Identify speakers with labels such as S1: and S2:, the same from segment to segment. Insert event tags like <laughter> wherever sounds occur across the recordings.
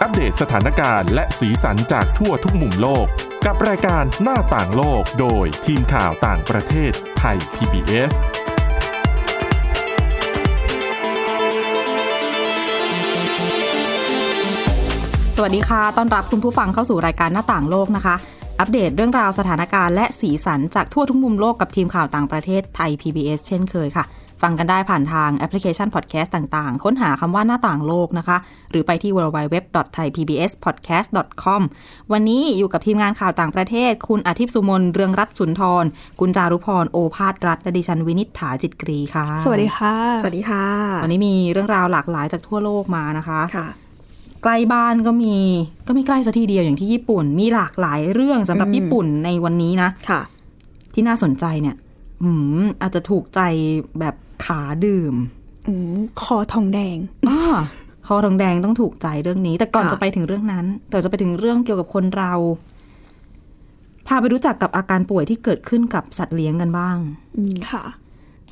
S1: อัปเดตสถานการณ์และสีสันจากทั่วทุกมุมโลก กับรายการหน้าต่างโลกโดยทีมข่าวต่างประเทศไทย PBS
S2: สวัสดีค่ะ ต้อนรับคุณผู้ฟังเข้าสู่รายการหน้าต่างโลกนะคะ อัปเดตเรื่องราวสถานการณ์และสีสันจากทั่วทุกมุมโลกกับทีมข่าวต่างประเทศไทย PBS เช่นเคยค่ะ ฟังกันได้ผ่านทางแอปพลิเคชันพอดแคสต์ต่างๆ ค้นหาคำว่าหน้าต่างโลกนะคะ หรือไปที่ www.thaipbspodcast.com วันนี้อยู่กับทีมงานข่าวต่างประเทศ คุณอาทิตย์สุมนเรืองรัตน์สุนทร คุณจารุพรโอภาสรัฐและดิฉันวินิษฐาจิตกรีค่ะ
S3: สวัสดีค่ะ
S4: สวัสดีค่ะ
S2: วันนี้มีเรื่องราวหลากหลายจากทั่วโลกมานะคะ
S4: ค่ะ
S2: ใกล้บ้านก็มีก็ไม่ใกล้สักทีเดียวอย่างที่ญี่ปุ่น มีหลากหลายเรื่องสำหรับ
S4: อืม
S2: ญี่ปุ่นในวันนี้นะ
S4: ค่ะ
S2: ที่น่าสนใจเนี่ย อืมอาจจะถูกใจแบบขาดื่ม
S3: อืมคอทองแดง
S2: อ้อคอทองแดงต้องถูกใจเรื่องนี้ แต่ก่อน
S4: ค่ะ
S2: จะไปถึงเรื่องนั้นแต่จะไปถึงเรื่องเกี่ยวกับคนเรา พาไปรู้จักกับอาการป่วยที่เกิดขึ้นกับสัตว์เลี้ยงกันบ้าง
S3: ค่ะ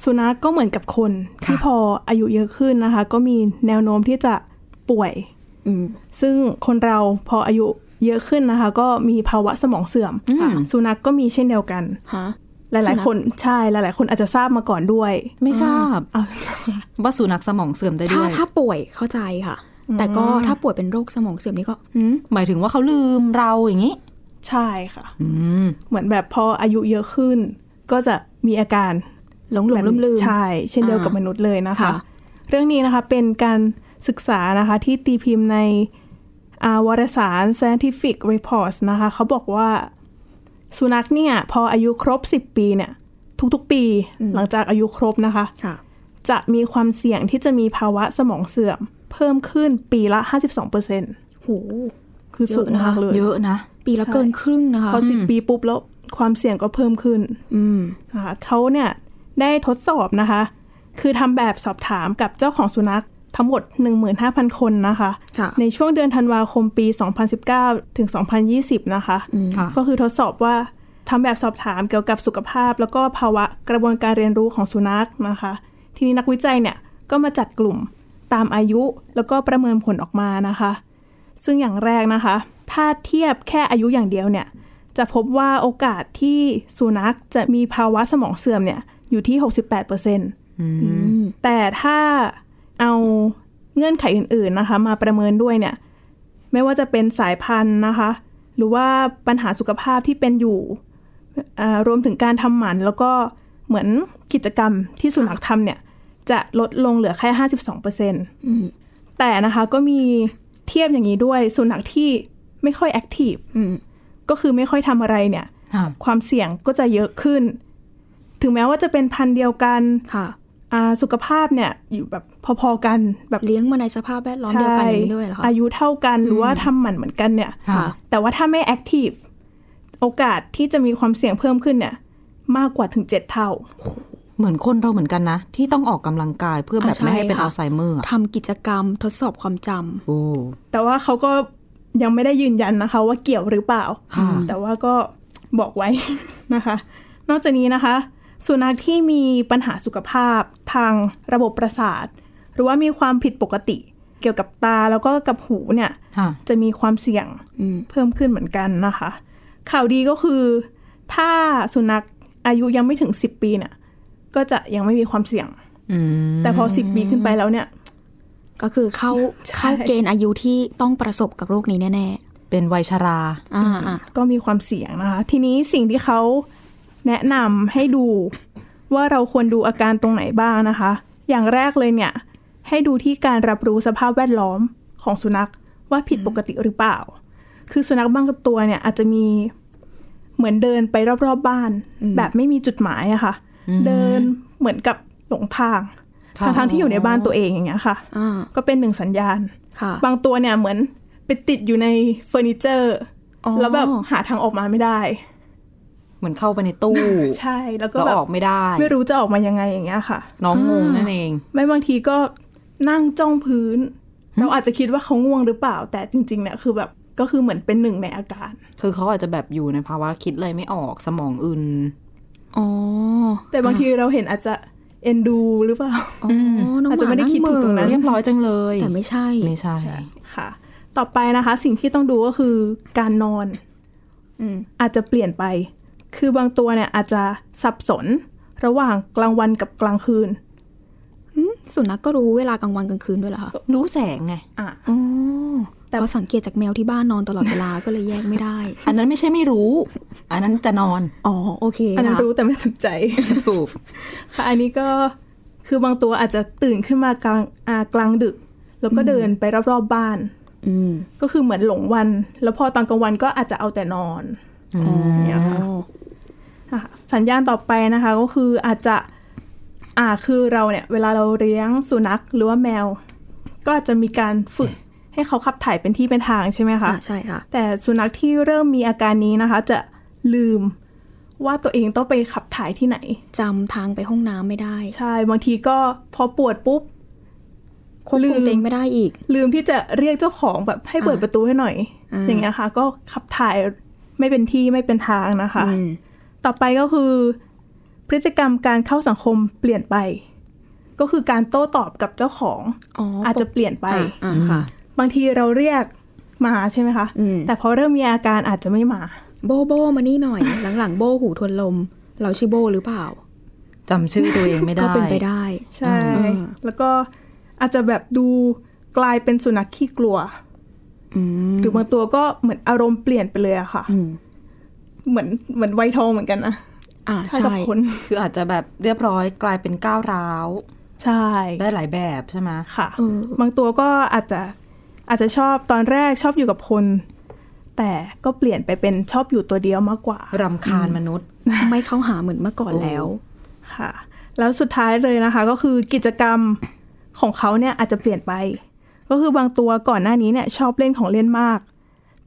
S3: สุนัขกก็เหมือนกับคน
S2: ค่ะ
S3: ที่พออายุเยอะขึ้นนะคะ ก็มีแนวโน้มที่จะป่วย
S4: อืม
S3: ซึ่งคนเราพออายุเยอะขึ้นนะคะ ก็มีภาวะสมองเสื่อม
S2: อืม
S3: สุนัขกก็มีเช่นเดียวกัน
S4: ฮะ
S3: หลา
S4: สุ
S3: ย
S4: นัข
S3: ๆ คนใช่หลาย ๆ คนอาจจะทราบมาก่อนด้วย
S2: ไม่ทราบ
S3: เอา
S2: ว่าสุนัขสมองเสื่อมได้
S4: ถ้า
S2: ด้วย
S4: ถ้าป่วยเข้าใจค่ะ แต่ก็ถ้าป่วยเป็นโรคสมองเสื่อมนี่ก็หืม
S2: หมายถึงว่าเขาลืมเราอย่างนี้
S3: ใช่ค่ะ
S2: อืม
S3: เหมือนแบบพออายุเยอะขึ้น ก็จะมีอาการ
S4: หลงหลงลืมลืม
S3: ใช่ เช่นเดียวกับ
S4: อ่าม
S3: นุษย์เลยนะคะ
S4: ค่ะ
S3: เรื่องนี้นะคะเป็นการศึกษานะคะที่ตีพิมพ์ในอาวารสาร scientific reports นะคะ เขาบอกว่าสุนัขเนี่ยพออายุครบ 10 ปีเนี่ย ทุกๆปีหลังจากอายุครบนะคะ
S4: ค่ะ
S3: จะมีความเสี่ยงที่จะมีภาวะสมองเสื่อม เพิ่มขึ้นปีละ 52%
S4: โห
S3: คือสูงมากเลย
S2: เยอะนะ
S4: ปีละเกินครึ่งนะคะ
S3: พอ 10 ปีปุ๊บแล้วความเสี่ยงก็เพิ่มขึ้น
S4: อืม
S3: นะคะเขาเนี่ยได้ทดสอบนะคะ คือทำแบบสอบถามกับเจ้าของสุนัขทั้งหมด 15,000 คนนะคะ
S4: ค่ะ
S3: ในช่วงเดือนธันวาคมปี 2019 ถึง 2020 นะคะ
S2: ค่ะ
S3: ก็คือทดสอบว่าทำแบบสอบถามเกี่ยวกับสุขภาพ แล้วก็ภาวะกระบวนการเรียนรู้ของสุนัขนะคะ ทีนี้นักวิจัยเนี่ยก็มาจัดกลุ่มตามอายุแล้วก็ประเมินผลออกมานะคะ ซึ่งอย่างแรกนะคะ ถ้าเทียบแค่อายุอย่างเดียวเนี่ย จะพบว่าโอกาสที่สุนัขจะมีภาวะสมองเสื่อมเนี่ยอยู่ที่ 68%
S4: อืม
S3: แต่ถ้าเอาเงื่อนไขอื่นๆนะคะ มาประเมินด้วยเนี่ย ไม่ว่าจะเป็นสายพันธุ์นะคะ หรือว่าปัญหาสุขภาพที่เป็นอยู่อ่ารวมถึงการทำหมัน แล้วก็เหมือนกิจกรรมที่สุนัขทำเนี่ย จะลดลงเหลือแค่ 52%
S4: อืม
S3: แต่นะคะก็มีเทียบอย่างนี้ด้วยสุนัขที่ไม่ค่อยแอคทีฟ
S4: อืม
S3: ก็คือไม่ค่อยทำอะไรเนี่ย
S2: ค่ะ
S3: ความเสี่ยงก็จะเยอะขึ้น ถึงแม้ว่าจะเป็นพันธุ์เดียวกัน
S4: ค่ะ
S3: อ่าสุขภาพเนี่ยอยู่แบบพอๆกันแบบ
S4: เลี้ยงมาในสภาพแวดล้อมเดียวกันอย่างนี้ด้วยเหรอคะ
S3: อายุเท่ากันหรือว่าทำหมันเหมือนกันเนี่ย
S2: ค่ะ
S3: แต่ว่าถ้าไม่แอคทีฟโอกาสที่จะมีความเสี่ยงเพิ่มขึ้นเนี่ย มากกว่าถึงเจ็ดเท่า
S2: เหมือนคนเราเหมือนกันนะ ที่ต้องออกกำลังกายเพื่อแบบ
S4: อ่ะใช่
S2: ไม่ให้เป็น
S4: ค่ะ
S2: อัลไซเมอร์อะ
S4: ทำกิจกรรมทดสอบความจ
S2: โอ้
S3: แต่ว่าเขาก็ยังไม่ได้ยืนยันนะคะ ว่าเกี่ยวหรือเปล่า
S2: ค่ะ
S3: แต่ว่าก็บอกไว้ นะคะ นอกจากนี้นะคะ สุนัขที่มีปัญหาสุขภาพทางระบบประสาท หรือว่ามีความผิดปกติ เกี่ยวกับตาแล้วก็กับหูเนี่ย
S2: ค่ะ
S3: จะมีความเสี่ยง
S4: อืม
S3: เพิ่มขึ้นเหมือนกันนะคะ ข่าวดีก็คือ ถ้าสุนัขอายุยังไม่ถึง 10 ปีเนี่ยก็จะยังไม่มีความเสี่ยง
S2: อืม
S3: แต่พอ 10 ปีขึ้นไปแล้วเนี่ย
S4: ก็คือเข้า
S3: ใช่
S4: เข้าเกณฑ์อายุที่ต้องประสบกับโรคนี้แน่
S2: เป็นวัยชรา
S4: ๆ อ่าอ่า
S3: ก็มีความเสี่ยงนะคะ ทีนี้สิ่งที่เขาแนะนำให้ดูว่าเราควรดูอาการตรงไหนบ้างนะคะ อย่างแรกเลยเนี่ย ให้ดูที่การรับรู้สภาพแวดล้อมของสุนัขว่าผิดปกติหรือเปล่า คือสุนัขบางตัวเนี่ยอาจจะมีเหมือนเดินไปรอบๆบบ้าน แบบไม่มีจุดหมายอะค่ะ เดินเหมือนกับหลงทาง
S2: ค่ะ
S3: ทางๆที่อยู่ในบ้านตัวเองอย่างเงี้ยค่ะ
S4: อ่า
S3: ก็เป็นหนึ่งสัญญาณ
S4: ค่ะ
S3: บางตัวเนี่ยเหมือนไปติดอยู่ในเฟอร์นิเจอร์
S4: อ๋อ
S3: แล้วแบบหาทางออกมาไม่ได้
S2: เหมือนเข้าไปในตู้
S3: ใช่แล้วก็
S2: แล้ว
S3: แบบ
S2: ออกไม่ได้
S3: ไม่รู้จะออกมายังไงอย่างเงี้ยค่ะ
S2: น้องงงนั่นเอง
S3: ไม่บางทีก็นั่งจ้องพื้น เราอาจจะคิดว่าเขาง่วงหรือเปล่า แต่จริงๆเนี่ยคือแบบก็คือเหมือนเป็นหนึ่งในอาการ
S2: คือเขาอาจจะแบบอยู่ในภาวะคิดอะไรไม่ออกสมองอึน
S4: อ๋อ
S3: แต่บางทีเราเห็นอาจจะเอ็นดูหรือเปล่า
S4: อ๋อน้องห
S3: อาจจะไม่ได้
S4: นั่
S3: คิดถึงตรงนั้น
S4: เหม่
S2: เรียบร้อยจังเลย
S4: อแต่ไม่ใช่
S2: ไม่ใช่
S3: ค่ะ ต่อไปนะคะ สิ่งที่ต้องดูก็คือการนอนอืมอาจจะเปลี่ยนไป คือบางตัวเนี่ยอาจจะสับสนระหว่างกลางวันกับกลางคืน
S4: อืมสุนัขก็รู้เวลากลางวันกลางคืนด้วยเหรอคะ
S2: รู้แสงไง
S3: อ่ะ
S4: อ๋อ
S3: แต่
S4: แต่ว่าสังเกตจากแมวที่บ้านนอนตลอดเวลา <laughs> ก็เลยแยกไม่ได้
S2: อันนั้นไม่ใช่ไม่รู้ อันนั้นจะนอน
S4: อ๋อโอเค
S3: อันนั้น
S4: ค่ะ
S3: รู้แต่ไม่สนใจ <laughs>
S2: ถูก
S3: ค่ะ อันนี้ก็คือบางตัวอาจจะตื่นขึ้นมากลางอ่ากลางดึก แล้วก็เดินไปรอบๆบบ้าน
S4: อืม
S3: ก็คือเหมือนหลงวัน แล้วพอตอนกลางวันก็อาจจะเอาแต่นอน
S4: อ๋อ
S3: อ่ะสัญญาณต่อไปนะคะก็คืออาจจะอ่าคือเราเนี่ย เวลาเราเลี้ยงสุนัขหรือว่าแมว ก็อาจจะมีการฝึกให้เขาขับถ่ายเป็นที่เป็นทางใช่ไหมคะ
S4: อ่ะใช่ค่ะ
S3: แต่สุนัขที่เริ่มมีอาการนี้นะคะ จะลืมว่าตัวเองต้องไปขับถ่ายที่ไหน
S4: จำทางไปห้องน้ำไม่ได้
S3: ใช่บางทีก็พอปวดปุ๊บ
S4: ควบคุมตัวเองไม่ได้อีก
S3: ลืมที่จะเรียกเจ้าของแบบให้เปิด
S4: อ่า
S3: ประตูให้หน่อย
S4: อ่า
S3: อย่างเงี้ยค่ะ ก็ขับถ่ายไม่เป็นที่ไม่เป็นทางนะคะ
S4: อืม
S3: ต่อไปก็คือ พฤติกรรมการเข้าสังคมเปลี่ยนไป ก็คือการโต้ตอบกับเจ้าของ
S4: อ๋ออา
S3: อาจจะเปลี่ยนไป
S4: อ่ะค่ะ
S3: บางทีเราเรียกมาใช่ไหมคะ
S4: อืม
S3: แต่พอเริ่มมีอาการอาจจะไม่มา
S4: โบโบมานี่หน่อย <laughs> หลังๆ โบหูทวนลม เราชื่อโบหรือเปล่า
S2: จำชื่อตัวเองไม่ได้
S4: ก็เป็นไปได้
S3: ใช่ แล้วก็อาจจะแบบดูกลายเป็นสุนัขขี้กลัว
S4: อืม
S3: หรือบางตัวก็เหมือนอารมณ์เปลี่ยนไปเลยอะค่ะ
S4: อืม
S3: เหมือนเหมือนไวทองเหมือนกันนะ
S4: อ่า
S3: ถ้ากั
S4: ใช่
S3: บคน
S2: คืออาจจะแบบเรียบร้อยกลายเป็นก้าวร้าว
S3: ใช่
S2: ได้หลายแบบใช่ไหม
S3: ค่ะ
S4: เออบ
S3: างตัวก็อาจจะอาจจะชอบตอนแรกชอบอยู่กับคน แต่ก็เปลี่ยนไปเป็นชอบอยู่ตัวเดียวมากกว่าร
S2: ำคาญมนุษย์
S4: ไม่เข้าหาเหมือนเมื่อก่อนแล้ว
S3: ค่ะ แล้วสุดท้ายเลยนะคะก็คือกิจกรรมของเขาเนี่ยอาจจะเปลี่ยนไป ก็คือบางตัวก่อนหน้านี้เนี่ยชอบเล่นของเล่นมาก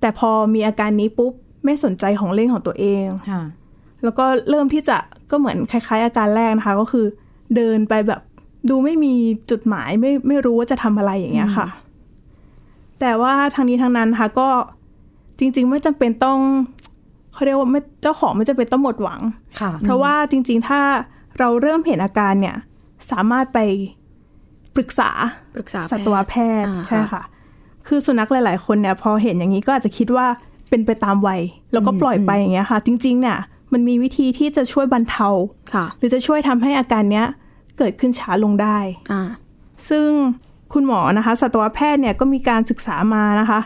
S3: แต่พอมีอาการนี้ปุ๊บไม่สนใจของเล่นของตัวเอง
S2: ค่ะ
S3: แล้วก็เริ่มที่จะก็เหมือนคล้าย ๆ อาการแรกนะคะ ก็คือเดินไปแบบดูไม่มีจุดหมายไม่ไม่รู้ว่าจะทำอะไรอย่างเงี้ยค่ะ แต่ว่าทางนี้ทางนั้นนะค่ะก็จริง ๆ ไม่จำเป็นต้องเขาเรียกว่าไม่เจ้าของไม่จำเป็นต้องหมดหวัง
S2: ค่ะ
S3: เพราะว่าจริง ๆ ถ้าเราเริ่มเห็นอาการเนี่ย สามารถไปปรึกษา
S4: ปรึกษา
S3: สัตว
S4: แพท
S3: แพทย์
S4: ย์อ่า
S3: ใช่ค่ะ คือสุนัขหลาย ๆ คนเนี่ย พอเห็นอย่างนี้ก็อาจจะคิดว่าเป็นไปตามวัย แล้วก็ปล่อยไปอย่างเงี้ยค่ะ จริง ๆ เนี่ยมันมีวิธีที่จะช่วยบรรเทา
S4: ค่ะ
S3: หรือจะช่วยทำให้อาการเนี้ยเกิดขึ้นช้าลงได้
S4: อ่า
S3: ซึ่งคุณหมอนะคะสัตวแพทย์เนี่ยก็มีการศึกษามานะคะ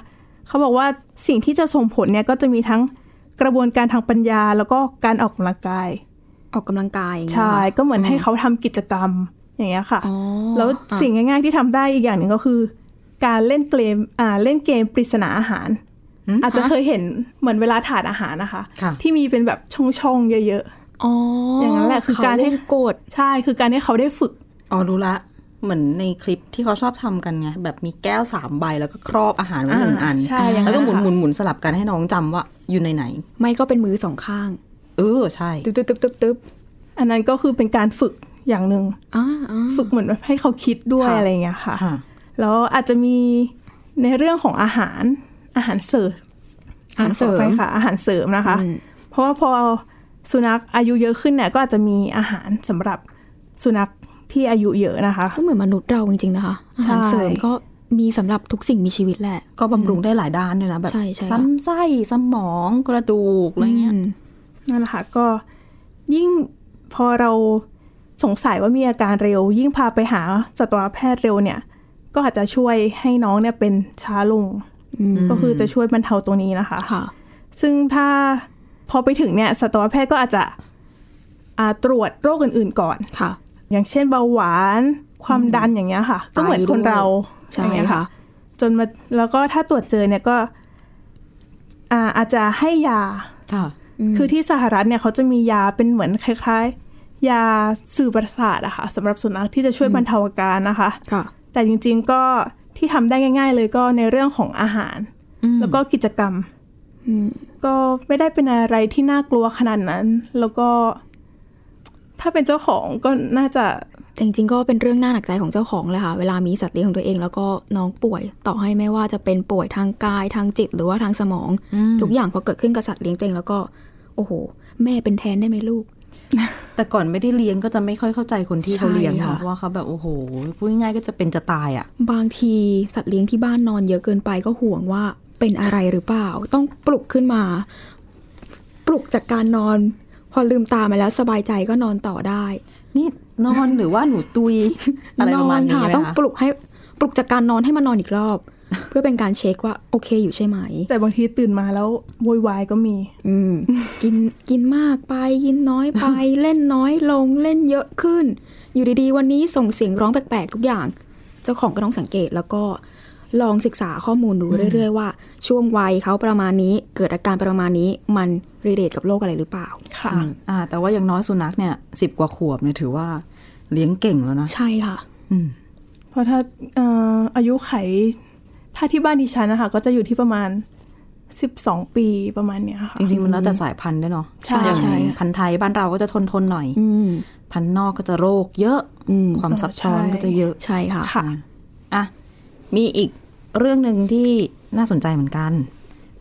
S3: เขาบอกว่าสิ่งที่จะส่งผลเนี่ยก็จะมีทั้งกระบวนการทางปัญญา แล้วก็การออกกำลังกาย
S4: ออกกำลังกายอย่างเงี้ย
S3: ใช่
S4: เหรอ
S3: ก็เหมือนให้เขาทำกิจกรรมอย่างเงี้ยค่ะ
S4: อ๋อ
S3: แล้ว
S4: อ่ะ
S3: สิ่งง่าย ๆ ที่ทำได้อีกอย่างหนึ่งก็คือ การเล่นเกมอ่าเล่นเกมปริศนาอาหาร อาจจะเคยเห็นเหมือนเวลาถาดอาหารนะคะ
S2: ค่ะ
S3: ที่มีเป็นแบบช่องๆเยอะ
S4: อ๋ออย่าง
S3: นั้นแหละคือการให้
S4: เขวงกด
S3: ๆ ใช่คือการให้เขาได้ฝึก
S2: อ๋อรู้ละ เหมือนในคลิปที่เขาชอบทำกันไงแบบมีแก้วสามใบแล้วก็ครอบอาหารไว้หนึ่ง
S3: อ่า
S2: อัน
S3: ใช่อย่างนั้
S2: แล้วก็
S3: น
S2: หมุน
S3: ค่ะ
S2: หมุนหมุนสลับกันให้น้องจำว่าอยู่ในไหน
S4: ไม่ก็เป็นมือสองข้าง
S2: เออใช่
S4: ตึ๊บตึ๊บตึ๊บตึ๊บตึ๊บ
S3: อันนั้นก็คือเป็นการฝึกอย่างหนึ่ง
S4: อ่าอ่า
S3: ฝึกเหมือนแบบให้เขาคิดด้วย
S2: ค่ะ
S3: อะไรอย่างเงี้ยค่ะ
S2: ค่ะ
S3: แล้วอาจจะมีในเรื่องของอาหารอาหารเสริม
S4: อาหารเสริ
S3: ขอ
S4: ม
S3: อภัยค่ะอาหารเสริมนะคะ
S4: อืม
S3: เพราะว่าพอสุนัขอายุเยอะขึ้นเนี่ยก็อาจจะมีอาหารสำหรับสุนัขที่อายุเยอะนะคะ
S4: ก็เหมือนมนุษย์เราจริงๆนะคะอาหาร
S3: ใช่
S4: เสริมก็มีสำหรับทุกสิ่งมีชีวิตแหละ
S2: ก็บำรุงได้หลายด้านด้วยนะแบบ
S4: ใช่ใช่ค่ะ
S2: ลำไส้สมองกระดูกอะไรเงี้ย
S4: อืม
S3: นั่นแหละค่ะก็ยิ่งพอเราสงสัยว่ามีอาการเร็ว ยิ่งพาไปหาสัตวแพทย์เร็วเนี่ย ก็อาจจะช่วยให้น้องเนี่ยเป็นช้าลง ก็คือจะช่วยบรรเทาตรงนี้นะคะ
S4: ค่ะ
S3: ซึ่งถ้าพอไปถึงเนี่ยสัตวแพทย์ก็อาจจะอ่าตรวจโรคอื่น ๆ ก่อน
S4: ค่ะ
S3: อย่างเช่นเบาหวาน ความดันอย่างเงี้ยค่ะ ก็เหมือนคนเรา
S4: ใช่
S3: อย่างเงี้ย
S4: ค่ะ
S3: จนมาแล้วก็ถ้าตรวจเจอเนี่ยก็อ่าอาจจะให้ยา
S2: ค่ะ
S3: คือที่สหรัฐเนี่ยเขาจะมียาเป็นเหมือนคล้าย ๆ ยาสื่อประสาทอะค่ะสำหรับสุนัขที่จะช่วยบรรเทาอาการนะคะ
S4: ค่ะ
S3: แต่จริงๆก็ที่ทำได้ง่าย ๆ เลยก็ในเรื่องของอาหาร แล้วก็กิจกรรม
S4: อืม
S3: ก็ไม่ได้เป็นอะไรที่น่ากลัวขนาดนั้น แล้วก็ ถ้าเป็นเจ้าของก็น่าจะ
S4: แต่จริงๆก็เป็นเรื่องน่าหนักใจของเจ้าของเลยค่ะ เวลามีสัตว์เลี้ยงของตัวเอง แล้วก็น้องป่วย ต่อให้ไม่ว่าจะเป็นป่วยทางกายทางจิตหรือว่าทางสมอง ทุกอย่างพอเกิดขึ้นกับสัตว์เลี้ยงตัวเองแล้วก็ โอ้โห แม่เป็นแทนได้ไหมลูก
S2: แต่ก่อนไม่ได้เลี้ยงก็จะไม่ค่อยเข้าใจคนที่เขาเลี้ยง
S4: ใช่
S2: ค่ะ
S4: ค่ะ
S2: ว่าเขาแบบโอ้โหพูดง่ายๆก็จะเป็นจะตายอ่ะ
S4: บางทีสัตว์เลี้ยงที่บ้านนอนเยอะเกินไปก็ห่วงว่าเป็นอะไรหรือเปล่า ต้องปลุกขึ้นมา ปลุกจากการนอน พอลืมตามาแล้วสบายใจก็นอนต่อได้
S2: นี่นอนหรือว่าหนูตุย อะไรประมาณ
S4: น
S2: นี้
S4: ค่ะ
S2: ไหม
S4: ต้อง
S2: คะ
S4: ปลุกให้ปลุกจากการนอนให้มานอนอีกรอบ เพื่อเป็นการเช็คว่าโอเคอยู่ใช่ไหม
S3: แต่บางทีตื่นมาแล้วโวยวายก็มี
S4: อืม กินกินมากไปกินน้อย <laughs> ไป เล่นน้อยลงเล่นเยอะขึ้น อยู่ดีๆ วันนี้ส่งเสียงร้องแปลกๆทุกอย่าง เจ้าของก็ต้องสังเกตแล้วก็ลองศึกษาข้อมูลดูเรื่อยๆ ว่า ช่วงวัยเขาประมาณนี้ เกิดอาการประมาณนี้มันรีเลทกับโรคอะไรหรือเปล่า
S3: ค่ะ
S2: อืมอ่า แต่ว่าอย่างน้อยสุนัขเนี่ยสิบกว่าขวบเนี่ยถือว่าเลี้ยงเก่งแล้วนะ
S4: ใช่ค่ะ
S2: อืม
S3: เพราะถ้าเอ่ออายุไข ถ้าที่บ้านดิฉันนะคะก็จะอยู่ที่ประมาณ 12 ปีประมาณเนี้ยค่ะ
S2: จริงๆมันแล้วแต่สายพันธุ์ด้วยเนาะ
S3: ใช่
S2: อย่าง
S4: ใช่
S2: พันธุ์ไทยบ้านเราก็จะทนทนๆหน่อย
S4: อืม
S2: พันธุ์นอกก็จะโรคเยอะ
S4: อืม
S2: ความซับซ้อน
S3: ใช่
S2: ก็จะเยอะ
S4: ใช่ค่ะ
S3: ค่ะ
S2: อ่ะมีอีกเรื่องหนึ่งที่น่าสนใจเหมือนกัน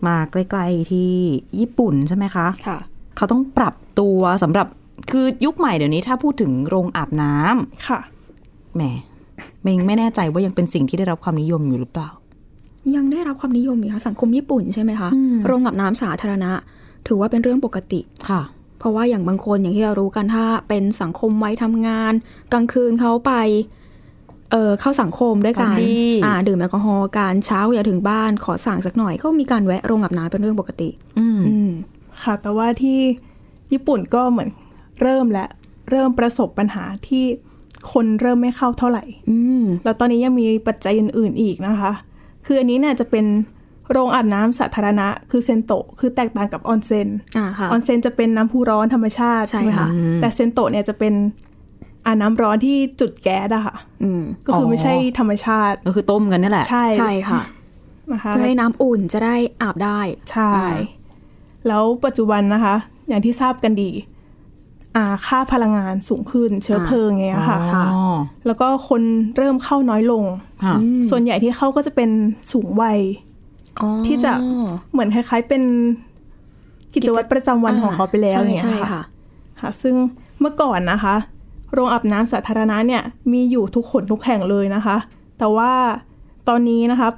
S2: มาใกล้ๆที่ญี่ปุ่นใช่ไหมคะ
S4: ค่ะ
S2: เขาต้องปรับตัวสำหรับคือยุคใหม่เดี๋ยวนี้ถ้าพูดถึงโรงอาบน้ำ
S3: ค่ะ
S2: แหมไม่ไม่แน่ใจว่ายังเป็นสิ่งที่ได้รับความนิยมอยู่หรือเปล่า
S4: ยังได้รับความนิยมอยู่นะสังคมญี่ปุ่นใช่ไหมคะโรงอาบน้ำสาธารณะ ถือว่าเป็นเรื่องปกติ
S2: ค่ะ
S4: เพราะว่าอย่างบางคนอย่างที่เรารู้กันถ้าเป็นสังคมไว้ทำงาน กลางคืนเขาไปเออเข้าสังคมด้วยกั
S2: ปานร์ตี้
S4: อ่าดื่มแอลกอฮอล์การเช้าอย่าถึงบ้านขอสั่งสักหน่อย ก็มีการแวะโรงอาบน้ำเป็นเรื่องปกติ
S2: อืม
S4: อืม
S3: ค่ะ แต่ว่าที่ญี่ปุ่นก็เหมือนเริ่มและเริ่มประสบปัญหาที่คนเริ่มไม่เข้าเท่าไหร่
S4: อืม
S3: แล้วตอนนี้ยังมีปัจจัยอื่น ๆ อีกนะคะ คืออันนี้เนี่ยจะเป็นโรงอาบน้ำสาธารณะ คือเซนโตะ คือแตกต่างกับออนเซน
S4: อ่าค่ะ
S3: ออนเซนจะเป็นน้ำพุร้อนธรรมชาติ
S4: ใช่
S3: ใช่ไหม
S4: ค่ะ
S3: คะ แต่เซนโตะเนี่ยจะเป็นอาน้ำร้อนที่จุดแก๊สอะค่ะ
S4: อืม
S3: ก็คือไม่ใช่ธรรมชาติ
S2: ก็คือต้มกันนี่แหละ
S3: ใช่
S4: ใช่ค่ะ
S3: นะคะ
S4: เพื่อให้น้ำอุ่นจะได้อาบได้
S3: ใช่
S4: อ่า
S3: แล้วปัจจุบันนะคะ อย่างที่ทราบกันดีอ่าค่าพลังงานสูงขึ้น เชื้อเพลิงอย่างเงี้ยค่ะ
S2: อ๋อ
S3: แล้วก็คนเริ่มเข้าน้อยลง
S2: ค่ะ
S3: ส่วนใหญ่ที่เข้าก็จะเป็นสูงวัย
S4: อ๋อ
S3: ที่จะเหมือนคล้ายๆเป็นกิจวัตรประจำวันของเขาไปแล้วอย่างเงี้ย
S4: ใช่
S3: ค่ะ
S4: ค่ะ
S3: ค่ะ ซึ่งเมื่อก่อนนะคะ โรงอาบน้ำสาธารณะเนี่ยมีอยู่ทุกคนทุกแห่งเลยนะคะ แต่ว่าตอนนี้นะคะ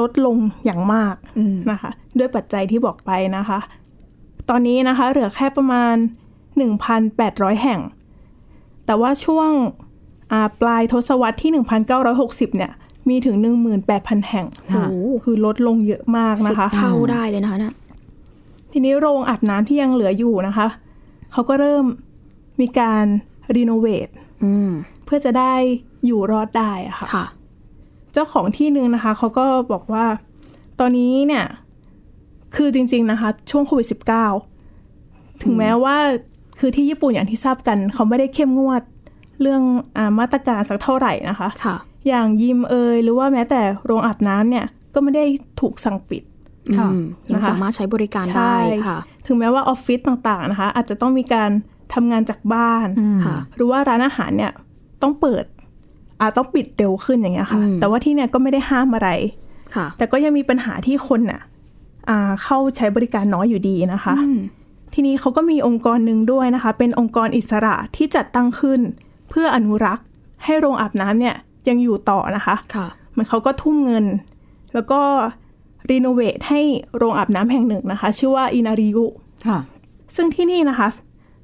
S3: ลดลงอย่างมาก
S4: อืม
S3: นะคะ ด้วยปัจจัยที่บอกไปนะคะ ตอนนี้นะคะ เหลือแค่ประมาณ 1,800 แห่ง แต่ว่าช่วงอ่าปลายทศวรรษที่ 1,960 เนี่ยมีถึง 18,000 แห่ง
S2: ค่ะ
S4: โอ้
S3: คือลดลงเยอะมาก
S4: สิ
S3: นะ
S4: บ
S3: คะ
S4: เท่าได้เลยนะคะนะ
S3: ทีนี้โรงอาบน้ำที่ยังเหลืออยู่นะคะ เขาก็เริ่มมีการรีโนเวท
S4: อืม
S3: เพื่อจะได้อยู่รอดได้อะค่ะ
S4: ค่ะ
S3: เจ้าของที่หนึ่งนะคะ เขาก็บอกว่า ตอนนี้เนี่ย คือจริง ๆนะคะ ช่วงโควิด -19 ถึงแม้ว่าคือที่ญี่ปุ่นอย่างที่ทราบกัน เขาไม่ได้เข้มงวดเรื่องอามาตรการสักเท่าไหร่นะคะ
S4: ค่ะ
S3: อย่างยิมเอยหรือว่าแม้แต่โรงอาบน้ำเนี่ย ก็ไม่ได้ถูกสั่งปิด
S2: ค่ะ
S4: อืมยั
S3: นะ
S4: ง
S3: คะ
S4: สามารถใช้บริการได้ค่ะ
S3: ถึงแม้ว่าออฟฟิศต่างๆนะคะ อาจจะต้องมีการทำงานจากบ้าน
S2: อืม
S4: ค่ะ
S3: หรือว่าร้านอาหารเนี่ยต้องเปิดอาจต้องปิดเร็วขึ้นอย่างเงี้ยค่ะ
S4: อืม
S3: แต่ว่าที่เนี่ยก็ไม่ได้ห้ามอะไร
S4: ค่ะ
S3: แต่ก็ยังมีปัญหาที่คนน่ะอ่าเข้าใช้บริการน้อยอยู่ดีนะคะ
S4: อืม
S3: ทีนี้เขาก็มีองค์กรหนึ่งด้วยนะคะ เป็นองค์กรอิสระที่จัดตั้งขึ้น เพื่ออนุรักษ์ ให้โรงอาบน้ำเนี่ยยังอยู่ต่อนะคะ
S4: ค่ะ
S3: มันเขาก็ทุ่มเงิน แล้วก็รีโนเวทให้โรงอาบน้ำแห่งหนึ่งนะคะ ชื่อว่าอินาริยุ
S2: ค่ะ
S3: ซึ่งที่นี่นะคะ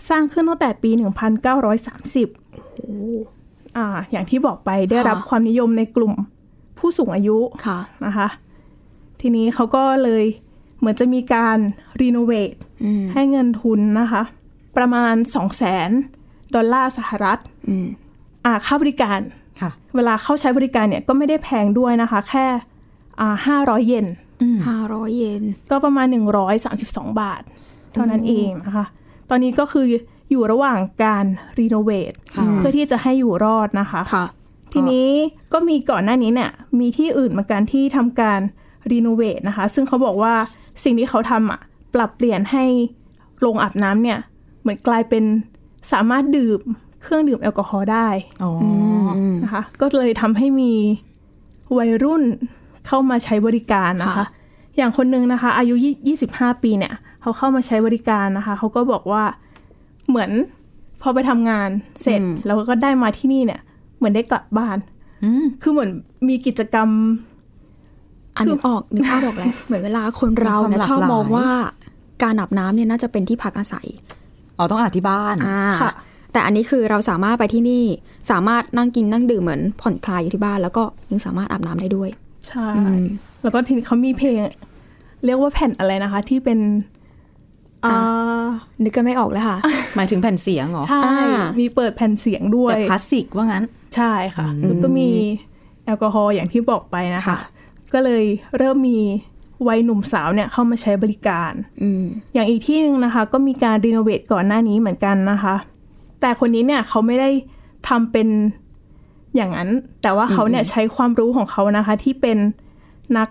S3: สร้างขึ้นตั้งแต่ปี 1930อ่าอย่างที่บอกไปได้รับ
S4: ค่ะ
S3: ความนิยมในกลุ่มผู้สูงอายุ
S4: ค่ะ
S3: นะคะ ทีนี้เขาก็เลยเหมือนจะมีการรีโนเวท
S4: อืม
S3: ให้เงินทุนนะคะ ประมาณ 2 0 0แสนดอลลาร์สหรัฐ
S4: อืม
S3: อ่าค่าบริการ
S2: ค่ะ
S3: เวลาเข้าใช้บริการเนี่ยก็ไม่ได้แพงด้วยนะคะ แค่อ่า500 เยน
S4: ห้าร้อยเยน
S3: ก็ประมาณ 132 บาท เท่านั้นเองนะคะ ตอนนี้ก็คืออยู่ระหว่างการรีโนเวท
S2: ค่ะ
S3: เพื่อที่จะให้อยู่รอดนะคะ
S4: ค่ะ
S3: ทีนี้ก็มีก่อนหน้านี้เนี่ยมีที่อื่นเหมือนกันที่ทำการรีโนเวทนะคะ ซึ่งเขาบอกว่าสิ่งที่เขาทำอ่ะปรับเปลี่ยนให้โรงอาบน้ำเนี่ยเหมือนกลายเป็นสามารถดื่มเครื่องดื่มแอลกอฮอล์ได้
S2: อ๋อ
S3: นะคะ ก็เลยทำให้มีวัยรุ่นเข้ามาใช้บริการนะคะ
S4: ค่ะ
S3: อย่างคนนึงนะคะ อายุ 25 ปีเนี่ย เขาเข้ามาใช้บริการนะคะ เขาก็บอกว่าเหมือน พอไปทำงานเสร็จแล้วก็ได้มาที่นี่เนี่ย เหมือนได้กลับบ้าน
S2: อืม
S3: คือเหมือนมีกิจกรรม
S4: อันนึกออกนึกภาพออกแล้ว <laughs> เหมือนเวลาคนเรา
S2: มีค
S4: นะ
S2: วาม
S4: ชอบ
S2: หลากหลาย
S4: มองว่าการอาบน้ำเนี่ยน่าจะเป็นที่พักอาศัย
S2: อ๋อต้องอาบที่บ้าน
S4: อ่า
S3: ค่ะ
S4: แต่อันนี้คือเราสามารถไปที่นี่ สามารถนั่งกินนั่งดื่มเหมือนผ่อนคลายอยู่ที่บ้าน แล้วก็ยังสามารถอาบน้ำได้ด้วย
S3: ใช่ แล้วก็ทีนี้เขามีเพลง เรียกว่าแผ่นอะไรนะคะ ที่เป็นอ่า
S4: นึกกันไม่ออกแล้วค่ะ
S2: หมายถึงแผ่นเสียงเหรอ
S3: ใช่
S4: อ่ามี
S3: มีเปิดแผ่นเสียงด้ว
S2: แบ
S3: ย
S2: บคลาสสิกว่างั้น
S3: ใช่ค่ะแล้วก็มีแอลกอฮอล์อย่างที่บอกไปนะคะ ก็เลยเริ่มมีวัยหนุ่มสาวเนี่ยเข้ามาใช้บริการ
S4: อืม
S3: อย่างอีกที่หนึ่งนะคะ ก็มีการรีโนเวทก่อนหน้านี้เหมือนกันนะคะ แต่คนนี้เนี่ยเขาไม่ได้ทำเป็นอย่างนั้น แต่ว่าเขาเนี่ยใช้ความรู้ของเขานะคะ ที่เป็นนัก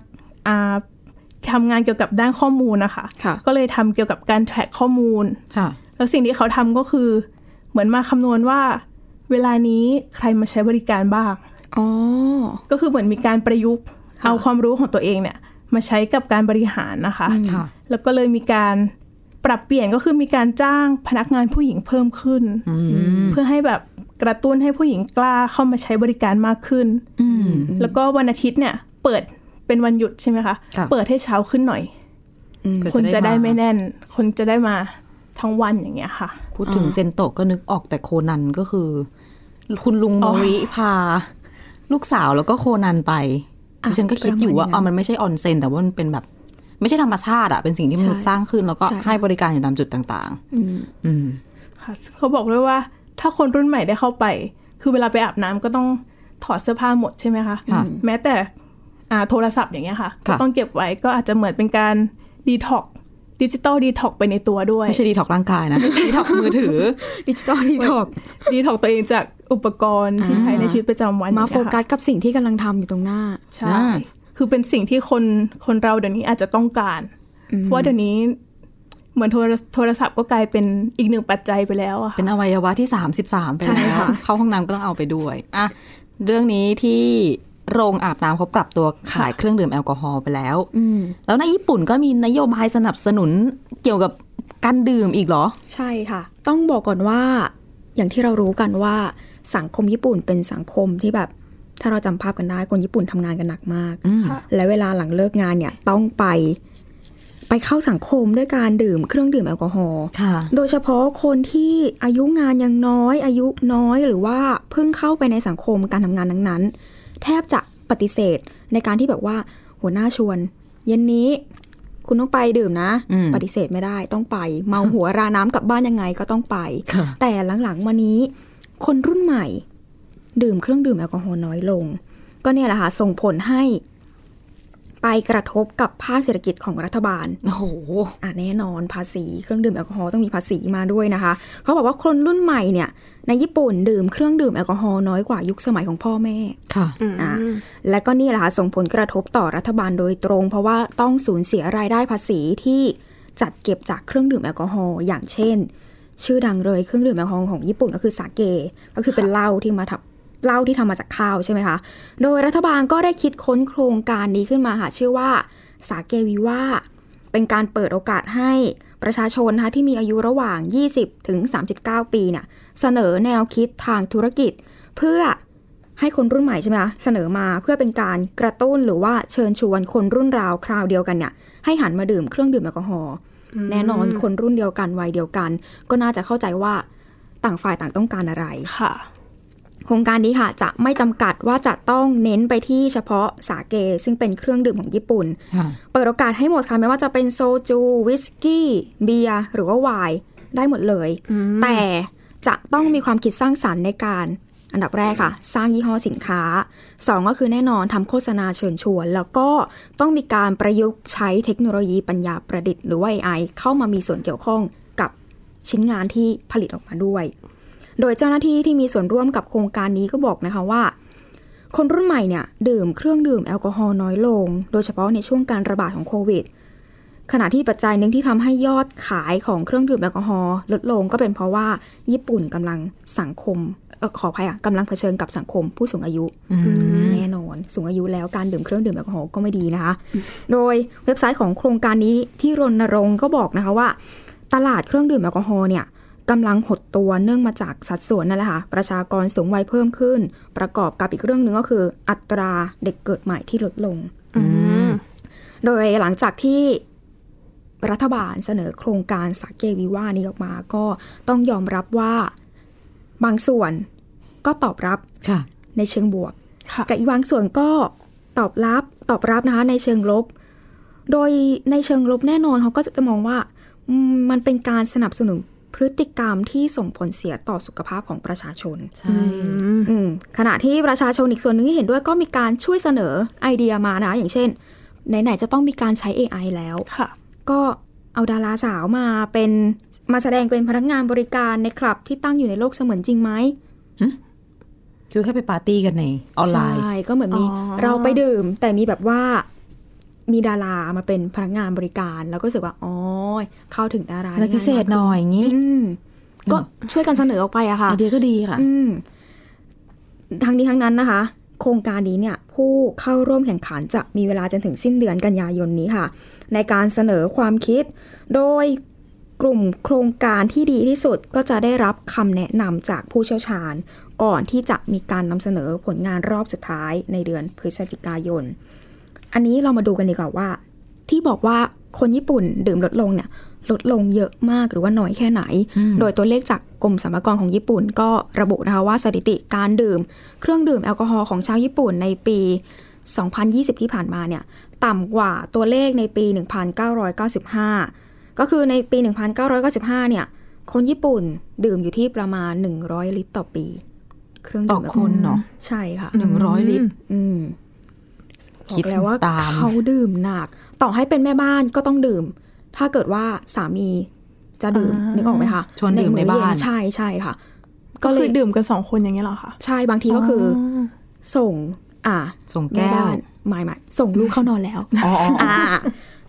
S3: อ่าทำงานเกี่ยวกับด้านข้อมูลนะคะ
S4: ค่ะ
S3: ก็เลยทำเกี่ยวกับการแทร็กข้อมูล
S2: ค่ะ
S3: แล้วสิ่งที่เขาทำก็คือ เหมือนมาคำนวณว่า เวลานี้ใครมาใช้บริการบ้าง
S4: อ๋อ
S3: ก็คือเหมือนมีการประยุกต์เอาความรู้ของตัวเองเนี่ย มาใช้กับการบริหารนะคะ
S2: ค่ะ
S3: แล้วก็เลยมีการปรับเปลี่ยนก็คือมีการจ้างพนักงานผู้หญิงเพิ่มขึ้น เพื่อให้แบบกระตุ้นให้ผู้หญิงกล้าเข้ามาใช้บริการมากขึ้น แล้วก็วันอาทิตย์เนี่ย เปิดเป็นวันหยุดใช่ไหมคะ
S2: ค่ะ
S3: เปิดให้เช้าขึ้นหน่อย
S2: เพื่อ
S3: คนจะได้ไม่
S2: า
S3: แน่น คนจะได้มาทั้งวันอย่างเงี้ยค่ะ
S2: พูดถึงเซนโตะก็นึกออกแต่โคนันก็คือ คุณลุงโมริพา ลูกสาวแล้วก็โคนันไป
S4: อ่ะ
S2: ดิฉันก็คิดอยู่ว่า
S4: ประ
S2: อ๋อ
S4: มาณอย่างนั้น
S2: มันไม่ใช่ออนเซนแต่ว่ามันเป็นแบบ ไม่ใช่ธรรมชาติอะเป็นสิ่งที่มนุษย์
S4: ใช่
S2: สร้างขึ้นแล้วก็
S4: ใช่
S2: ให้บริการอยู่ตามจุดต่าง
S4: อืม
S2: ๆ อืม
S3: ค่ะซึ่งเขาบอกด้วยว่าถ้าคนรุ่นใหม่ได้เข้าไป คือเวลาไปอาบน้ำก็ต้องถอดเสื้อผ้าหมดใช่ไหมคะ
S2: ค่ะ
S3: แม้แต่อ่าโทรศัพท์อย่างเงี้ยค่ะ
S2: ค่ะ
S3: ก็ต้องเก็บไว้ก็อาจจะเหมือนเป็นการดีท็อกดิจิตอลดีท็อกไปในตัวด้วย
S2: ไม่ใช่ดีท็อกร่างกายนะดีท็อกมือถือ
S4: ดิจิตอลดีทอก
S3: ดีท็อกตัวเองจากอุปกรณ์ที่ใช้ในชีวิตประจำวัน
S4: มา
S3: อย่ง
S4: โฟ
S3: เงี้ยค่ะ
S4: กัสกับสิ่งที่กำลังทำอยู่ตรงหน้า
S3: ใช่
S2: อ่า
S3: คือเป็นสิ่งที่คนคนเราเดี๋ยวนี้อาจจะต้องการเพราะว่าเดี๋ยวนี้เหมือนโทรโทรศัพท์ก็กลายเป็นอีกหนึ่งปัจจัยไปแล้วอะค่ะ
S2: เป็นอวัยวะที่ 33 ไป
S4: ใช่
S2: แล้ว
S4: ค่ะ
S2: เข้าห้องน้ำก็ต้องเอาไปด้วยอะเรื่องนี้ที่โรงอาบน้ำเขาปรับตัวขายเครื่องดื่มแอลกอฮอล์ไปแล้ว
S4: อืม
S2: แล้วในญี่ปุ่นก็มีนโยบายสนับสนุนเกี่ยวกับการดื่มอีกเหรอ
S4: ใช่ค่ะ ต้องบอกก่อนว่าอย่างที่เรารู้กันว่าสังคมญี่ปุ่นเป็นสังคมที่แบบ ถ้าเราจำภาพกันได้คนญี่ปุ่นทำงานกันหนักมาก และเวลาหลังเลิกงานเนี่ยต้องไป ไปเข้าสังคมด้วยการดื่มเครื่องดื่มแอลกอฮอล์
S2: ค่ะ
S4: โดยเฉพาะคนที่อายุงานยังน้อย อายุน้อยหรือว่าเพิ่งเข้าไปในสังคมการทำงานนั้นๆ แทบจะปฏิเสธในการที่แบบว่า หัวหน้าชวน เย็นนี้ คุณต้องไปดื่มนะ
S2: อืม
S4: ปฏิเสธไม่ได้ต้องไป เมาหัวราน้ำกลับบ้านยังไงก็ต้องไป
S2: ค่ะ
S4: แต่หลังๆมานี้ คนรุ่นใหม่ ดื่มเครื่องดื่มแอลกอฮอล์น้อยลง ก็เนี่ยแหละค่ะส่งผลให้ ไปกระทบกับภาคเศรษฐกิจของรัฐบาล
S2: โอ้โห
S4: อ่ะแน่นอนภาษีเครื่องดื่มแอลกอฮอล์ต้องมีภาษีมาด้วยนะคะ เขาบอกว่าคนรุ่นใหม่เนี่ย ในญี่ปุ่นดื่มเครื่องดื่มแอลกอฮอล์น้อยกว่ายุคสมัยของพ่อแม่
S2: ค่ะ
S4: อ่ะและก็นี่แหละค่ะส่งผลกระทบต่อรัฐบาลโดยตรง เพราะว่าต้องสูญเสียรายได้ภาษีที่จัดเก็บจากเครื่องดื่มแอลกอฮอล์อย่างเช่น ชื่อดังเลยเครื่องดื่มแอลกอฮอล์ของญี่ปุ่นก็คือสาเกก็คือเป็นเหล้าที่มาทำเหล้าที่ทำมาจากข้าวใช่ไหมคะโดยรัฐบาลก็ได้คิดค้นโครงการนี้ขึ้นมาค่ะชื่อว่าสาเกวิว่าเป็นการเปิดโอกาสให้ประชาชนนะคะที่มีอายุระหว่าง 20 ถึง 39 ปีเนี่ยเสนอแนวคิดทางธุรกิจเพื่อ ให้คนรุ่นใหม่ใช่ไหมคะเสนอมาเพื่อเป็นการกระตุ้นหรือว่าเชิญชวนคนรุ่นราวคราวเดียวกันเนี่ยให้หันมาดื่มเครื่องดื่มแอลกอฮอล์แน่นอนคนรุ่นเดียวกันวัยเดียวกัน ก็น่าจะเข้าใจว่าต่างฝ่ายต่างต้องการอะไร
S3: ค่ะ
S4: โครงการนี้ค่ะจะไม่จำกัดว่าจะต้องเน้นไปที่เฉพาะสาเกซึ่งเป็นเครื่องดื่มของญี่ปุ่น
S2: ค่ะ
S4: เปิดโอกาสให้หมดค่ะไม่ว่าจะเป็นโซจูวิสกี้เบียร์หรือว่าไวน์ได้หมดเลย แต่จะต้องมีความคิดสร้างสรรค์ในการ อันดับแรกค่ะ สร้างยี่ห้อสินค้าสองก็คือแน่นอนทำโฆษณาเชิญชวน แล้วก็ต้องมีการประยุกต์ใช้เทคโนโลยีปัญญาประดิษฐ์หรือว่า AI เข้ามามีส่วนเกี่ยวข้องกับชิ้นงานที่ผลิตออกมาด้วย โดยเจ้าหน้าที่ที่มีส่วนร่วมกับโครงการนี้ก็บอกนะคะว่า คนรุ่นใหม่เนี่ยดื่มเครื่องดื่มแอลกอฮอล์น้อยลง โดยเฉพาะในช่วงการระบาดของโควิด ขณะที่ปัจจัยหนึ่งที่ทำให้ยอดขายของเครื่องดื่มแอลกอฮอล์ลดลงก็เป็นเพราะว่าญี่ปุ่นกำลังสังคมเออขออภัยอ่ะกำลังเผชิญกับสังคมผู้สูงอายุ แน่นอน สูงอายุแล้วการดื่มเครื่องดื่มแอลกอฮอล์ก็ไม่ดีนะคะ โดยเว็บไซต์ของโครงการนี้ที่รณรงค์ก็บอกนะคะว่า ตลาดเครื่องดื่มแอลกอฮอล์เนี่ย กำลังหดตัวเนื่องมาจากสัดส่วนนั่นแหละค่ะ ประชากรสูงวัยเพิ่มขึ้น ประกอบกับอีกเรื่องหนึ่งก็คือ อัตราเด็กเกิดใหม่ที่ลดลง
S3: อืม
S4: โดยหลังจากที่รัฐบาลเสนอโครงการสาเกวิวานี้ออกมา ก็ต้องยอมรับว่าบางส่วนก็ตอบรับ
S5: ค่ะ
S4: ในเชิงบวก
S3: ค่ะ
S4: กับอีกบางส่วนก็ตอบรับตอบรับนะคะในเชิงลบ โดยในเชิงลบแน่นอนเขาก็จะมองว่าอืมมันเป็นการสนับสนุนพฤติกรรมที่ส่งผลเสียต่อสุขภาพของประชาชน
S5: ใช่
S3: อืม
S4: อืมขณะที่ประชาชนอีกส่วนหนึ่งที่เห็นด้วยก็มีการช่วยเสนอไอเดียมานะ อย่างเช่น ไหน ๆ จะต้องมีการใช้ AI แล้ว
S3: ค่ะ
S4: ก็เอาดาราสาวมาเป็นมาแสดงเป็นพนักงานบริการในคลับที่ตั้งอยู่ในโลกเสมือนจริงไหม
S5: คือแค่ไปปาร์ตี้กันในออนไลน์
S4: ใช่ ก็เหมือนมี
S3: อ๋อ
S4: เราไปดื่ม แต่มีแบบว่ามีดารามาเป็นพนักงานบริการ แล้วก็รู้สึกว่าอ๋อเข้าถึงดารา
S5: อะไร
S4: ได้ง่าย
S5: พิเศษหน่อยอย่างนี้
S4: อืมก็ช่วยกันเสนอออกไปอะค่ะ
S5: ไอเดียก็ดีค่ะ
S4: อืมทั้งนี้ทั้งนั้นนะคะ โครงการนี้เนี่ยผู้เข้าร่วมแข่งขันจะมีเวลาจนถึงสิ้นเดือนกันยายนนี้ค่ะ ในการเสนอความคิด โดยกลุ่มโครงการที่ดีที่สุดก็จะได้รับคำแนะนำจากผู้เชี่ยวชาญ ก่อนที่จะมีการนำเสนอผลงานรอบสุดท้ายในเดือนพฤศจิกายน อันนี้เรามาดูกันดีกว่าว่า ที่บอกว่าคนญี่ปุ่นดื่มลดลงเนี่ยลดลงเยอะมากหรือว่าน้อยแค่ไหน โดยตัวเลขจากกรมสรรพากรของญี่ปุ่นก็ระบุนะคะว่าสถิติการดื่ม เครื่องดื่มแอลกอฮอล์ของชาวญี่ปุ่นในปี 2020 ที่ผ่านมาเนี่ยต่ำกว่าตัวเลขในปี 1995 ก็คือในปี 1995 เนี่ย คนญี่ปุ่นดื่มอยู่ที่ประมาณ 100 ลิตรต่อปี เครื่อง
S5: ต่
S4: ดื่
S5: อ
S4: มแอลก
S5: ค
S4: อฮอล์
S5: นเนาะ
S4: ใช่ค่ะ
S5: หนึ่งร้อยลิตร
S4: อืม
S5: คิด
S4: บอกแล้วว่า
S5: ตาม
S4: เขาดื่มหนัก ต่อให้เป็นแม่บ้านก็ต้องดื่ม ถ้าเกิดว่าสามีจะดื่ม
S3: อ่านึ
S4: นึกออกไหมคะ
S5: ชวนดื่มในบ้าน
S4: เย็ใช่ใช่ค่ะ
S3: ก็
S4: ก็เล
S3: คื
S4: ย
S3: อดื่มกันสองคนอย่างเงี้ยเหรอคะ
S4: ใช่บางทีก็คืออส่ง อ่า
S5: ส่ง
S4: แม่
S5: แก้ว
S4: บ้านไม่ไม่ส่งลูกเข้านอนแล้ว
S5: อ๋ออ๋ออ๋อ
S4: อ่า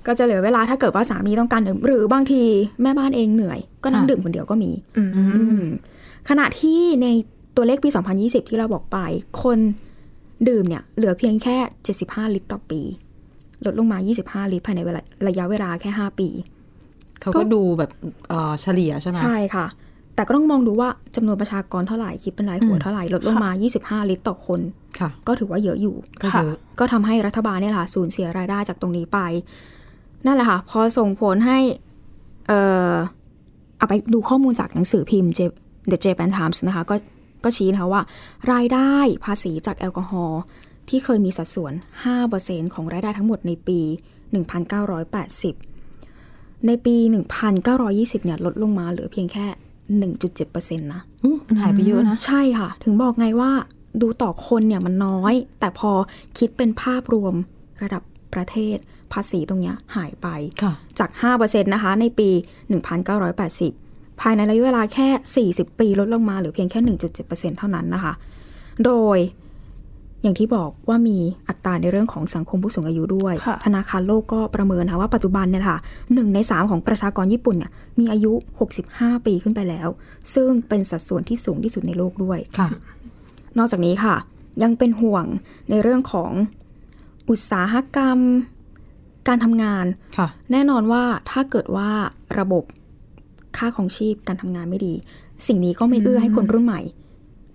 S4: ก็จะเหลือเวลาถ้าเกิดว่าสามีต้องการดื่มหรือบางทีแม่บ้านเองเหนื่อย ก็นั่ง
S5: อ่ะ
S4: ดื่มคนเดียวก็มี
S3: อืม
S4: อืมขณะที่ในตัวเลขปี 2020 ที่เราบอกไป คนดื่มเนี่ยเหลือเพียงแค่ 75 ลิตรต่อปี ลดลงมา 25 ลิตรภายในเวลาระยะเวลาแค่ 5 ปี
S5: เขาก็ดูแบบเอ่อเฉลี่ยใช่ไหม
S4: ใช่ค่ะ แต่ก็ต้องมองดูว่าจำนวนประชากรเท่าไหร่ คิดเป็นรายหัวเท่าไหร่ ลดลงมา 25 ลิตรต่อคน
S5: ค่ะ
S4: ก็ถือว่าเยอะอยู่
S5: ก็เยอะ
S4: ก็ทำให้รัฐบาลเนี่ยค่ะสูญเสียรายได้จากตรงนี้ไป นั่นแหละค่ะ พอส่งผลให้เอ่อเอาไปดูข้อมูลจากหนังสือพิมพ์ J- The Japan Times นะคะ ก็ก็ชี้นะคะว่า รายได้ภาษีจากแอลกอฮอล์ที่เคยมีสัดส่วน 5%ของรายได้ทั้งหมดในปี 1980 ในปี 1920 เนี่ยลดลงมาเหลือเพียงแค่ 1.7%นะ
S5: อู้หายไปเยอะนะ
S4: ใช่ค่ะ ถึงบอกไงว่าดูต่อคนเนี่ยมันน้อย แต่พอคิดเป็นภาพรวมระดับประเทศ ภาษีตรงเนี้ยหายไป
S5: ค่ะ
S4: จาก 5%นะคะ ในปี 1980 ภายในระยะเวลาแค่ 40 ปีลดลงมาเหรือเพียงแค่ 1.7%เท่านั้นนะคะ โดยอย่างที่บอกว่ามีอัตราในเรื่องของสังคมผู้สูงอายุด้วย
S3: ค่ะ
S4: ธนาคารโลกก็ประเมินนะคะว่าปัจจุบันเนี่ยค่ะหนึ่งในสามของประชากรญี่ปุ่นเนี่ยมีอายุ 65 ปีขึ้นไปแล้ว ซึ่งเป็นสัดส่วนที่สูงที่สุดในโลกด้วย
S5: ค่ะ
S4: นอกจากนี้ค่ะ ยังเป็นห่วงในเรื่องของอุตสาหกรรม การทำงาน
S5: ค่ะ
S4: แน่นอนว่าถ้าเกิดว่าระบบค่าของชีพการทำงานไม่ดี สิ่งนี้ก็ไม่เอื้อให้คนรุ่นใหม่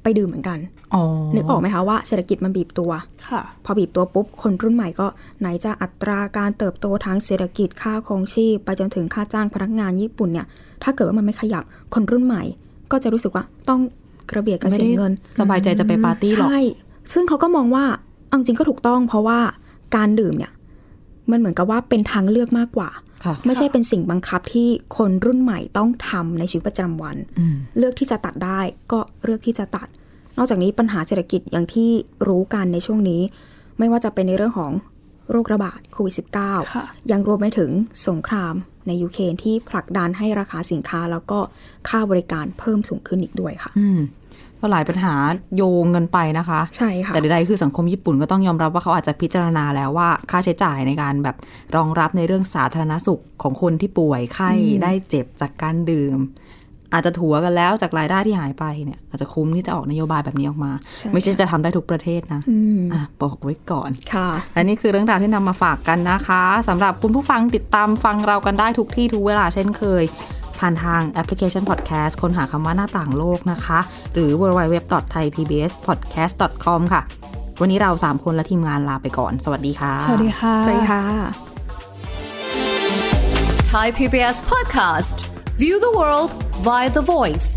S4: ไปดื่มเหมือนกัน
S5: อ๋อ
S4: นึกออกไหมคะว่าเศรษฐกิจมันบีบตัว
S3: ค่ะ
S4: พอบีบตัวปุ๊บ คนรุ่นใหม่ก็ไหนจะอัตราการเติบโตทางเศรษฐกิจค่าครองชีพ ไปจนถึงค่าจ้างพนักงานญี่ปุ่นเนี่ย ถ้าเกิดว่ามันไม่ขยับคนรุ่นใหม่ ก็จะรู้สึกว่าต้องกระเบียดกระ
S5: ไม่
S4: เสีย
S5: ได้
S4: เงิน
S5: สบายใจจะไปปาร์ตี้หรอก
S4: ใช่ ซึ่งเขาก็มองว่าเอาจริงก็ถูกต้องเพราะว่าการดื่มเนี่ย มันเหมือนกับว่าเป็นทางเลือกมากกว่า
S5: ค่ะ
S4: ไม่ใช่เป็นสิ่งบังคับที่คนรุ่นใหม่ต้องทำในชีวิตประจำวัน
S5: อืม
S4: เลือกที่จะตัดได้ก็เลือกที่จะตัด นอกจากนี้ปัญหาเศรษฐกิจอย่างที่รู้กันในช่วงนี้ ไม่ว่าจะเป็นในเรื่องของโรคระบาดโควิด
S3: ค่ะ
S4: -19 ยังรวมไปถึงสงครามในยูเครนที่ผลักดันให้ราคาสินค้าแล้วก็ค่าบริการเพิ่มสูงขึ้นอีกด้วยค่ะ
S5: อืม ก็หลายปัญหาโยงกันไปนะคะ
S4: ใช่ค่ะ
S5: แต่ใดๆคือสังคมญี่ปุ่นก็ต้องยอมรับว่าเขาอาจจะพิจารณาแล้วว่าค่าใช้จ่ายในการแบบรองรับในเรื่องสาธารณสุขของคนที่ป่วยไข้ได้เจ็บจากการดื่ม อาจจะถัวกันแล้วจากรายได้ที่หายไปเนี่ย อาจจะคุ้มที่จะออกนโยบายแบบนี้ออกมา
S4: ใช่
S5: ไม่ใช่จะทำได้ทุกประเทศนะ
S4: อืม
S5: อ่ะบอกไว้ก่อน
S4: ค่ะ
S5: และนี่คือเรื่องราวที่นำมาฝากกันนะคะสำหรับคุณผู้ฟังติดตามฟังเรากันได้ทุกที่ทุกเวลาเช่นเคย
S2: ผ่านทางแอปพลิเคชันพอดแคสต์ค้นหาคำว่าหน้าต่างโลกนะคะ หรือ www.thaipbspodcast.com ค่ะ วันนี้เรา 3 คนและทีมงานลาไปก่อน สวัสดีค่ะ
S3: สวัสดีค่ะ
S4: สวัสดีค่ะ
S6: Thai PBS podcast. View the world via the voice.